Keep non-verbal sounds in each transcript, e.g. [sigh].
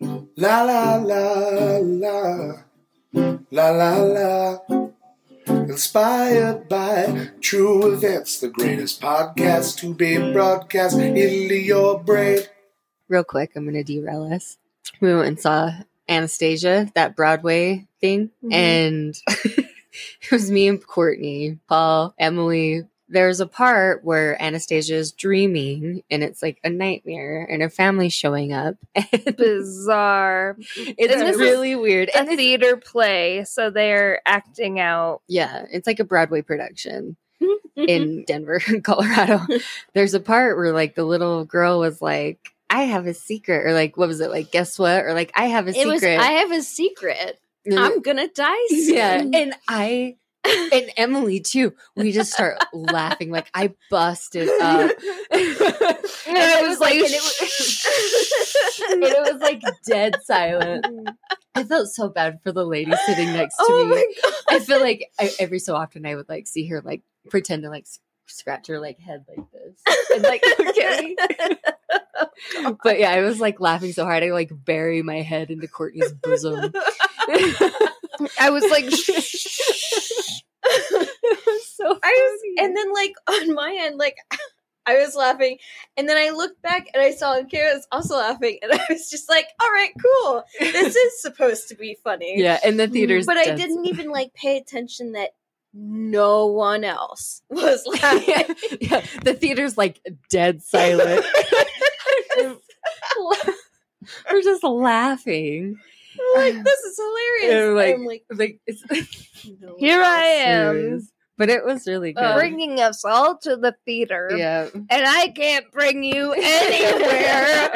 La la la la. La la la. Inspired by true events, the greatest podcast to be broadcast into your brain. Real quick, I'm going to derail us. We went and saw Anastasia, that Broadway thing, Mhm. Mm-hmm. and [laughs] it was me and Courtney, Paul, Emily. There's a part where Anastasia is dreaming and it's like a nightmare and her family's showing up. Bizarre. It's this a- really weird. A [laughs] And it's, theater play, so they're acting out. yeah, it's like a Broadway production. Mm-hmm. in Denver, [laughs] [laughs] Colorado, there's a part where like the little girl was like, I have a secret, or like, what was it? Like, guess what? Or like, I have a It secret. was. I have a secret. And- I'm gonna die [laughs] soon. yeah. And I, [laughs] and Emily too, we just start laughing. Like, I [laughs] busted up. and it I was like- and it was- and it was like dead silent. I felt so bad for the lady sitting [laughs] [laughs] next to oh me. my god! I feel like I, every so often I would like see her like pretend to like s- scratch her like head like this. And like, [laughs] okay. but yeah, I was like laughing so hard I like bury my head into Courtney's bosom. I was [laughs] like, so I was, and then like [laughs] on my end, like [laughs] I was laughing, and then I looked back and I saw Kira was also laughing, and [laughs] I was just like, "All right, cool. [laughs] This is supposed to be funny." yeah, and the theater's but I dead. didn't even like pay attention that no one else [laughs] [laughs] was laughing. yeah, yeah, the theater's like dead silent. [laughs] We're just laughing. I'm like this is hilarious. And, like, I'm like, Like it's no here one I [laughs] am, serious. But it was really good. uh, bringing us all to the theater, yeah. and I can't bring you [laughs] [laughs] anywhere.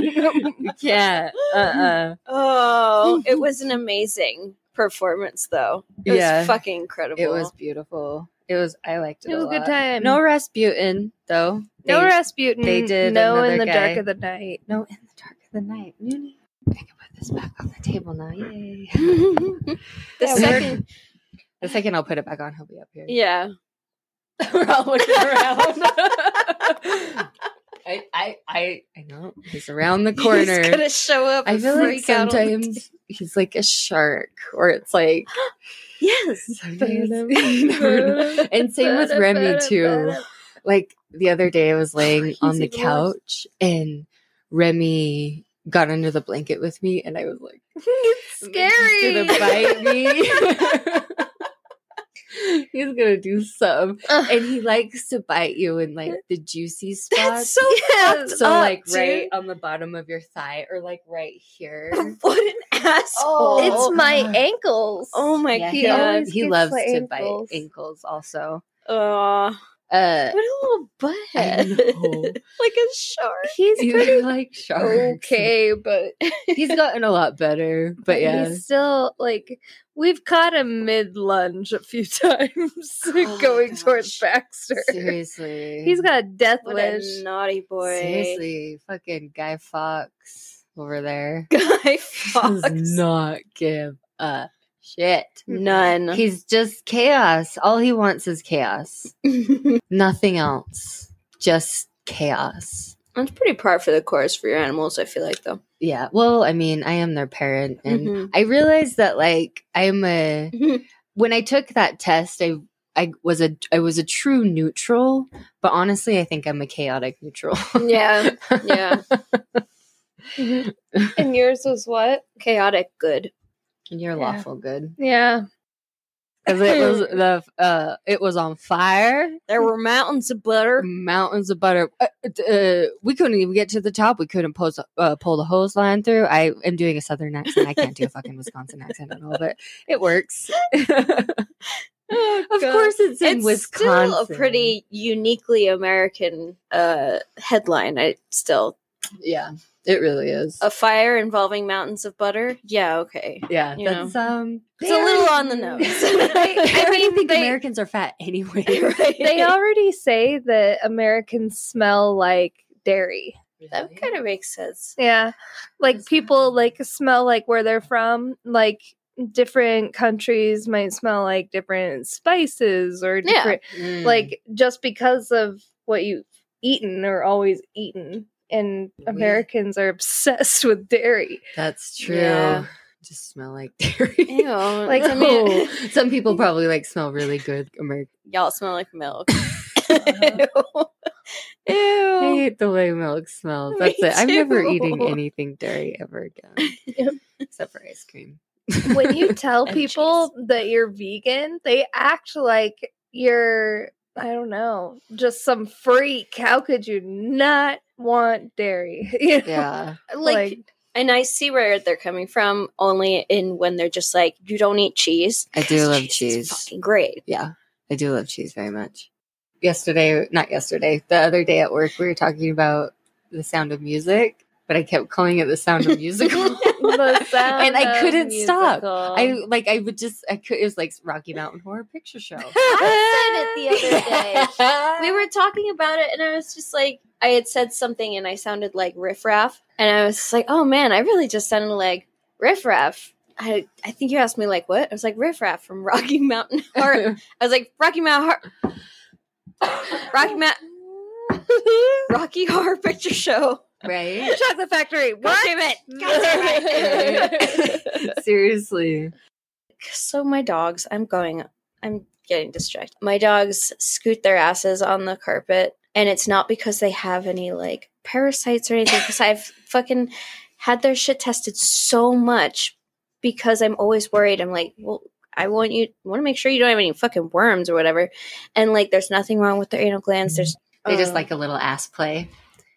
[laughs] you can't. Uh-uh. Oh, [laughs] it was an amazing performance, though. It Yeah. was fucking incredible. It was beautiful. It was. I liked it. It was a good lot. time. No Rasputin though. no They- Rasputin. they did no in another the guy. dark of the night. No, in the dark of the night. Noonie. I can put this back on the table now. Yay. the Yeah, we're- second. the second I'll put it back on, he'll be up here. Yeah. [laughs] We're all looking around. I, I, I, I know he's around the corner. He's gonna show up. I and feel like freak out on the sometimes he's like a shark, or it's like t- yes. sometimes- [laughs] you never know. And same with Remy, too. like the other day I was laying on the even worse. couch and Remy got under the blanket with me and I was like "He's scary." gonna bite me. [laughs] He's gonna do some. Ugh. And he likes to bite you in like the [laughs] juicy That's spots. so. [laughs] Yes. So up, like right dude. on the bottom of your thigh or like right [laughs] here. [laughs] What [laughs] an asshole! Oh. it's my ankles. Oh my Yeah, he, god! always- loves- he gets loves the to ankles. bite ankles also. Oh, Uh what a little I know. butthead! [laughs] like [laughs] a shark. [laughs] He's he's pretty like sharks. okay, but He's gotten a lot better, but yeah. he's still like we've caught him mid lunge a few [laughs] times my going gosh. towards Baxter. Seriously. [laughs] He's got a death What wish. a naughty boy! Seriously, fucking Guy Fox over [laughs] there [laughs] [laughs] Guy does Fox. not give a shit. None. He's just chaos. All he wants is chaos. Nothing else. Just chaos. [laughs] That's pretty par for the course for your animals, I feel like, though. Yeah. Well, I mean, I am their parent and Mhm. I realized that like I'm a when I took that test, I I was a I was a true neutral, but honestly, I think I'm a chaotic neutral. [laughs] Mm-hmm. yeah, yeah. and yours was what? Chaotic good. And you're Yeah. lawful good. Yeah. Because it was the uh, it was on fire, There were mountains of butter. mountains of butter. Uh, uh, we couldn't even get to the top. We couldn't pose, uh, pull the hose line through. I am doing a southern accent. I can't do a fucking Wisconsin accent at all, but it works. [laughs] of of course, it's in Oh, it's Wisconsin. still a pretty uniquely American uh, headline. I still yeah. It really is. a fire involving mountains of butter. Yeah, okay. yeah, you that's um. It's [laughs] a little on the [laughs] nose. I, I mean, mean, think they- Americans are fat [laughs] anyway. Right. They already say that Americans smell like dairy. [laughs] that kind of makes sense. Yeah. Like That's people funny. like smell like where they're from. Like different countries might smell like different spices or Yeah. Mm, different like just because of what you've eaten or always eaten. and We- Americans are [laughs] obsessed with dairy. That's true. Yeah. Just smell like dairy. like I oh, mean, [laughs] some people probably like smell really good. American. [laughs] y'all smell like [laughs] milk. Ew. I Ew. hate the way milk smells. Oh. [laughs] Me That's it. I'm never too. eating anything dairy ever [laughs] again, Yep. except for ice cream. [laughs] When you tell And people that you're vegan, they act like you're I don't know, just some freak. How could you not want dairy? [laughs] You know? yeah, Like, and I see where they're coming from. Only in when they're just like, you don't eat cheese. I do love is cheese. Fucking great. yeah, I do love cheese very much. Yesterday, not yesterday, the other day at work, we were talking about the sound of music, but I kept calling it the sound of [laughs] musical. the sound and I of couldn't stop. musical. [laughs] I Um. like I would just I could it was like Rocky Mountain Horror Picture Show. [laughs] I said it the other [laughs] day. [laughs] we were talking about it, and I was just like, I had said something, and I sounded like riffraff, and I was just like, oh man, I really just sounded like riffraff. I I think you asked me like what? I was like riffraff from Rocky Mountain [laughs] Horror. I was like Rocky Mountain Horror, Rocky Mountain, Rocky Horror Picture Show. [laughs] right? Chocolate Factory. What? God damn it! [laughs] God damn it! Seriously. so my dogs i'm going i'm getting distracted my dogs scoot their asses on the carpet and it's not because they have any like parasites or anything because i've fucking had their shit tested so much because i'm always worried i'm like well i want you want to make sure you don't have any fucking worms or whatever and like there's nothing wrong with their anal glands there's They just uh, like a little ass play.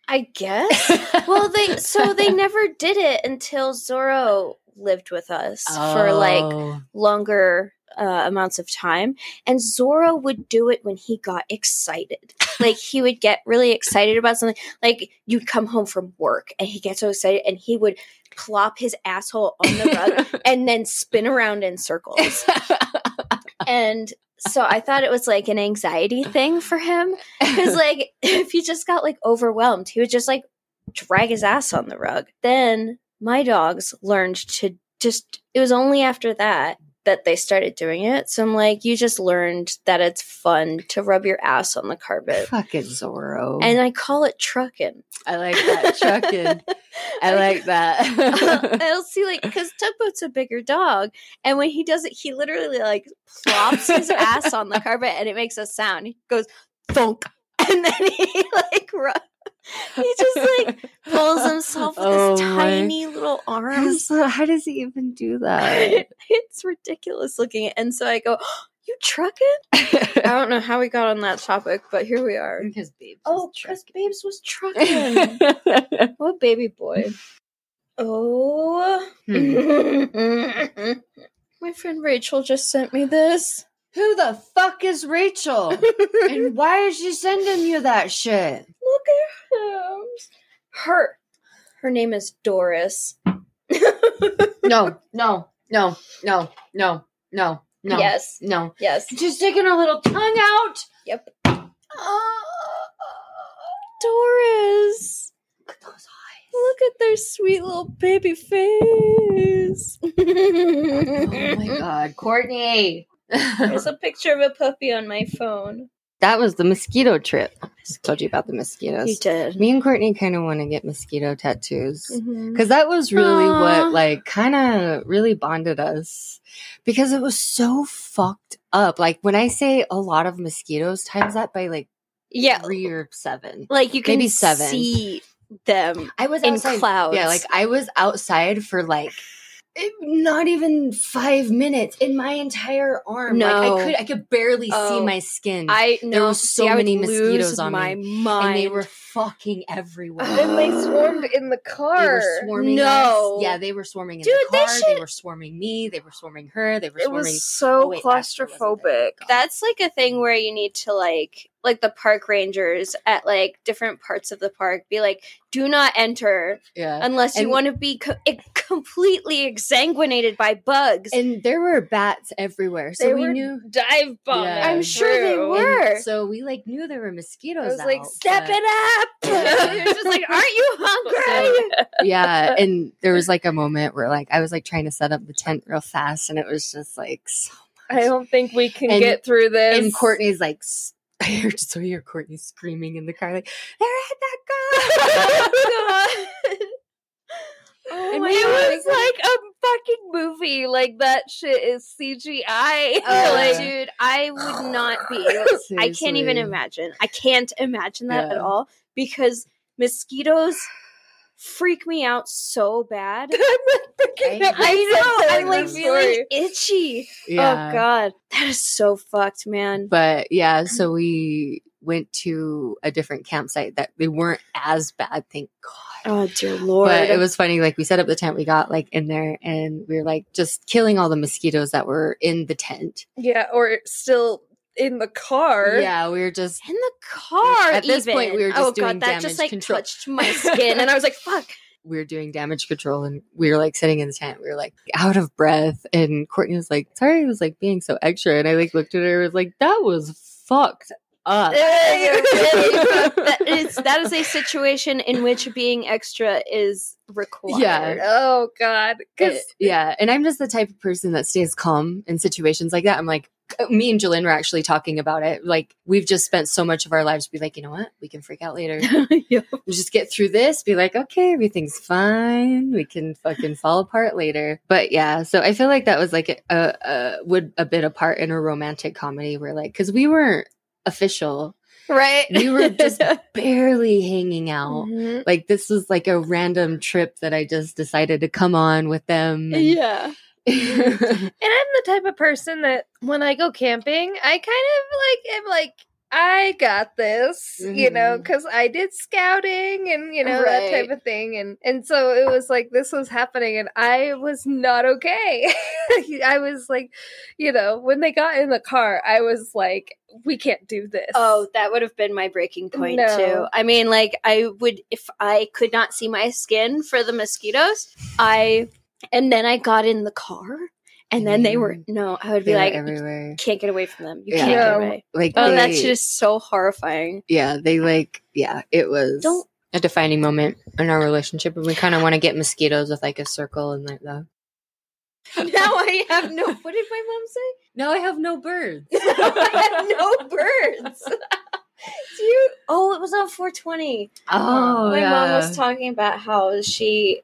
i guess [laughs] well they so they never did it until zorro lived with us for like Oh. longer uh, amounts of time. And Zorro would do it when he got excited. Like he would get really excited about something. Like you'd come home from work and he gets so excited and he would plop his asshole on the rug [laughs] and then spin around in circles. And so I thought it was like an anxiety thing for him. [laughs] Because like if he just got like overwhelmed, he would just like drag his ass on the rug. Then my dogs learned to just it was only after that that they started doing it. So I'm like, you just learned that it's fun to rub your ass on [laughs] the carpet. Fucking Zorro. And I call it trucking. I like that [laughs] chucking. I [laughs] like [laughs] that. I'll see, like, because Tugboat's a bigger dog, and when he does it, he literally like plops his ass on the carpet, and it makes a sound. He goes thunk, [laughs] and then he like ru- he just like pulls himself with Oh his my- tiny little arms. So [laughs] how does he even do that? [laughs] it's ridiculous looking, and so I go, "You trucking?" I don't know how we got on that topic, but here we are. because babes. Oh, Chris Babes was [laughs] trucking. what baby boy? Oh. Hmm. My friend Rachel just sent me this. Who the fuck is Rachel? Look [laughs] and why is she sending you that shit? at him. Her. Her name is Doris. No, no, no, no, no, no, no. Yes. No. Yes. She's sticking her little tongue out. Yep. Doris. Look at those eyes. Look at their sweet little baby face. [laughs] Oh my god, [laughs] Courtney. There's a picture of a puppy on my phone. that was the mosquito trip. I told you about the You mosquitoes. did. Mm-hmm. Me and Courtney kind of want to get mosquito tattoos. Mm-hmm. [laughs] Because that was really Aw. what, like, kind of really bonded us because it was so fucked up. Like, when I say a lot of mosquitoes, times that by like Yeah, three or seven. like you can Maybe seven. see them I was in outside. clouds. Yeah, like, I was outside for like it- not even five minutes in my entire arm. No. Like, I could, I could barely Oh. see my skin. I know There were so see, I would many lose mosquitoes on my mind. and they were fucking everywhere. And they swarmed in the They car. were swarming No. us. Yeah, they were swarming in Dude, the they car. should- They were swarming me. They were swarming her. They were It swarming. was so Oh, wait, that's what it was. claustrophobic. That's like a thing where you need to like like the park rangers at like different parts of the park be like, do not enter yeah. unless you And- want to be co- e- completely exsanguinated by bugs. And there were bats everywhere, so They we were knew. dive bombing. Yeah. I'm sure they through. were. So we like knew there were mosquitoes. I was like, out, Step but- [laughs] [laughs] it up. Yeah. You're just like, aren't [laughs] you hungry? yeah, and there was like a moment where like I was like trying to set up the tent real fast, and it was just like, so I don't think we can And- get through this. and Courtney's like, "S- I [laughs] heard so you hear Courtney screaming in the car, like, they're at that guy. oh [laughs] [laughs] Oh And my we God. were- [laughs] it was like a fucking movie. Like that shit is [laughs] CGI. Oh, Yeah. like dude, I would not [laughs] be. [laughs] I can't even Seriously. imagine. I can't imagine that at Yeah. all because mosquitoes freak me out so [laughs] bad. I'm like freaking I up. I know. I I'm like that feeling really. itchy. Yeah. Oh god, that is so fucked, man. But yeah, so we went to a different campsite that they weren't as bad, thank God. Oh dear lord. But it was funny, like we set up the tent, we got like in there and we were like just killing all the mosquitoes that were in the tent. Yeah, or still in the car. Yeah, we were just in the car. At this point, even. we were just oh doing god, that just damage like control. touched my skin, and I was [laughs] like, "Fuck." we were doing damage control and we were like sitting in the tent. We were like out of breath. And Courtney was like, sorry, I was like being so extra. And I like looked at her and was like, that was fucked up. [laughs] that is that is a situation in which being extra is required. Yeah. Oh god. Because It- yeah. And I'm just the type of person that stays calm in situations like that. I'm like, me and Jalen were actually talking about it. Like, we've just spent so much of our lives to be like, you know what? We can freak out later. [laughs] Yeah. We just get through this, be like, okay, everything's fine. We can fucking fall apart later. But yeah, so I feel like that was like a, a, a would a bit apart in a romantic comedy where like, cause we weren't official. [laughs] Right. We were just barely hanging out. Mhm. Like this was like a random trip that I just decided to come on with them. and- yeah. [laughs] And I'm the type of person that when I go camping, I kind of like am like, I got this, you know, Mhm. because I did scouting and you know that Mm-hmm. Right. type of thing, and and so it was like this was happening, and I was not okay. [laughs] I was like, you know, when they got in the car, I was like, we can't do this. [laughs] Oh, that would have been my breaking point No. too. I mean, like I would if I could not see my skin for the mosquitoes, I and then I got in the car and then they were Mm. no, I would They be were like you everywhere. can't get away from them. You Yeah. can't get No. away. Like, Oh, they, that shit is [laughs] so horrifying. yeah, they like, yeah, it was Don't- a defining moment in our relationship, and we kind of want to get mosquitoes with like a circle and like that. now I have no what did my mom say? [laughs] [laughs] Now I have no birds. I had no birds. [laughs] Dude. Oh, it was on 420. Oh, My yeah. mom was talking about how she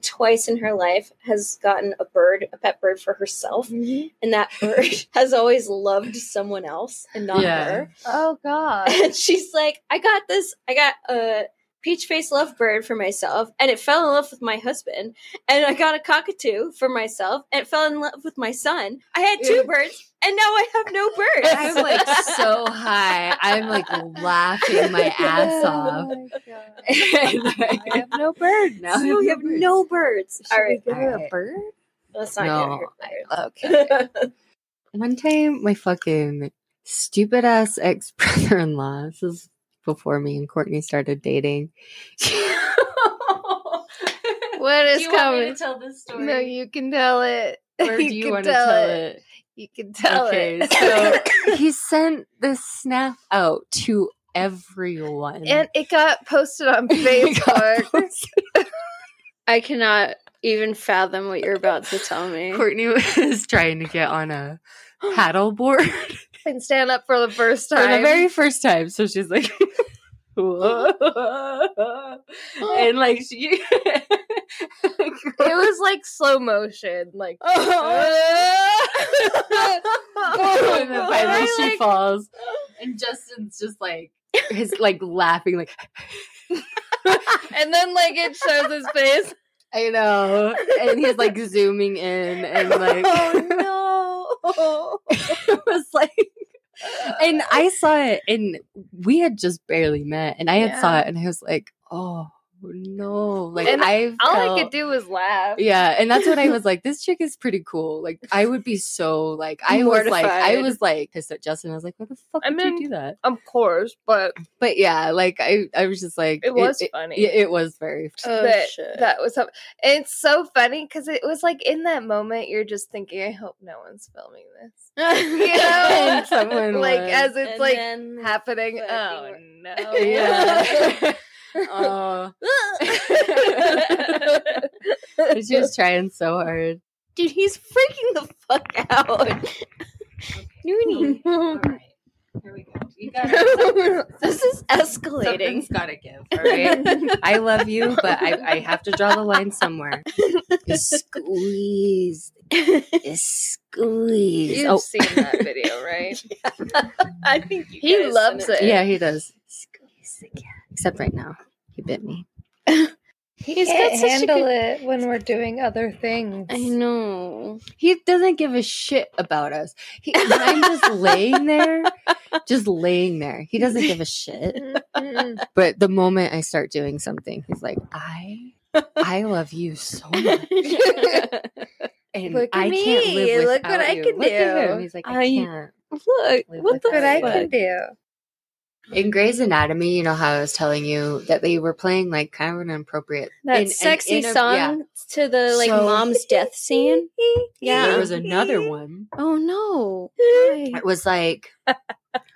twice in her life has gotten a bird, a pet bird for Mm-hmm. herself, Mhm. and that bird [laughs] has always loved someone else and not Yeah. her. oh [laughs] god. And she's like, I got this, I got a peach face lovebird for myself, and it fell in love with my husband, and I got a cockatoo for myself, and it fell in love with my son. I had two Yeah. birds, and now I [laughs] have no birds. I'm [laughs] like so high. I'm like laughing my [laughs] ass off. Oh my God. [laughs] And, like, I have no bird now I now. No, you have birds. no birds. Should All we right, give her a Alright. bird? let's not No, get okay. [laughs] her. birds. One time, my fucking stupid ass ex brother in law, this is before me and Courtney started dating. What is coming? tell this No, [laughs] you can tell it. [laughs] or do [laughs] you can want to tell it? You can tell okay, it. so he sent this snap out to everyone. [laughs] and [laughs] it got posted on Facebook. I cannot even fathom what you're about to tell [laughs] me. [laughs] Courtney was trying to get on a [gasps] paddleboard and stand up for the first for time. the very first time. So she's like, [laughs] "Whoa." and like she, [laughs] it was like slow motion, [laughs] like. Oh, [laughs] oh, and then finally she Like- falls, and Justin's just like his like laughing like and then like it shows his [laughs] face. I know, and he's like zooming in and [laughs] like oh no! it [laughs] was like [laughs] and I saw it and we had just barely met and I had saw Yeah. it and I was like, oh no. Like And I've All felt, I could do was laugh. Oh. Yeah. And that's what I [laughs] was like, this chick is pretty cool. Like I would be so like I was like I Mortified. was like pissed at Justin. I was like, why the fuck I would mean- you do that? Of course, but But yeah, like I I was just like it was it, funny. yeah, it was very Oh, that, shit. [laughs] that was so, and it's so funny because it was like in that moment you're just thinking, I hope no one's filming this. [laughs] You know, [laughs] [laughs] And someone like was. as it's And like [laughs] then- [laughs] happening. but Oh [laughs] no! you [laughs] [laughs] Yeah. oh. But [laughs] she was trying so hard. [laughs] Dude, he's freaking the fuck out. Noonie. Here we go. You [laughs] this is Something's escalating. gotta give. All right. [laughs] I love you, but I, I have to draw the line [laughs] somewhere. Squeeze. [laughs] Squeeze. You've Oh, seen that video, right? I think He loves it. yeah, he does. Squeeze again. Except right now. He bit me. [laughs] He's got Can't such a handle good. it when we're doing other things. I know. He doesn't give a shit about us. He, when I'm [laughs] just laying there, just laying there. He doesn't give a shit. Mm, Mm-mm. But the moment I start doing something, he's like, I, I love you so [laughs] much, Look, and Look at I can't me. live Look without what I you." can Look at do. him. He's like, I, I- can't. [laughs] what the But I can fuck? do. In Grey's Anatomy, you know how I was telling you that they were playing like kind of an appropriate That in- in- sexy in a- song yeah. to the like So- mom's death scene. There Yeah. was another one. Oh no. It was like,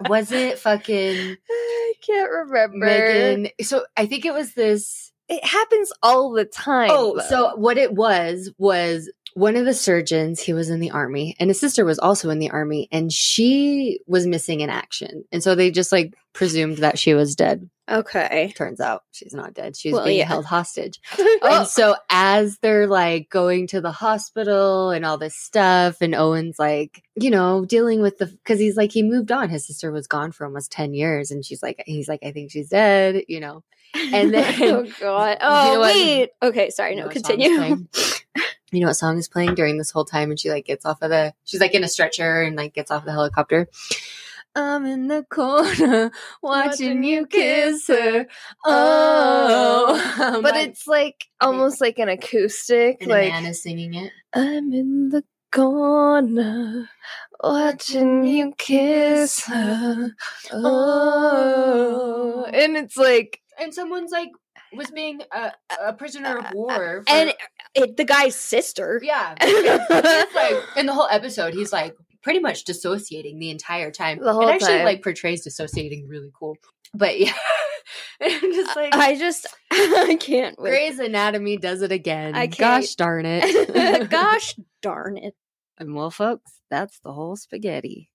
was it [laughs] fucking I can't remember. Megan? So I think it was this. It happens all the time. Oh, though. so what it was was one of the surgeons, he was in the army, and his sister was also in the army, and she was missing in action. And so they just like presumed that she was dead. Okay. Turns out she's not dead. She was Well, being yeah. held hostage. Oh. And so as they're like going to the hospital and all this stuff, and Owen's like, you know, dealing with the because he's like he moved on. His sister was gone for almost ten years, and she's like, he's like, I think she's dead, you know. And then- [laughs] [laughs] oh god. You Oh know what- wait. Okay, sorry. You No, know what song is continue. playing? You know what song is playing during this whole time? And she like gets off of the, she's like in a stretcher and like gets off the helicopter. I'm in the corner [laughs] watching you kiss her. Oh, [laughs] I'm but like- it's like almost like an acoustic, and like Amanda's singing it. I'm in the corner watching you kiss her. Oh, and it's like and someone's like was being a, a prisoner [laughs] of war. for- [laughs] And it, the guy's sister. yeah, [laughs] It's [laughs] like in the whole episode, he's like pretty much dissociating the entire time. The whole it actually time. like portrays dissociating really cool. But yeah, [laughs] I'm just like I just [laughs] I can't wait. Grey's Anatomy does it again. I can't- Gosh darn it! [laughs] [laughs] Gosh darn it. And well, folks, that's the whole spaghetti.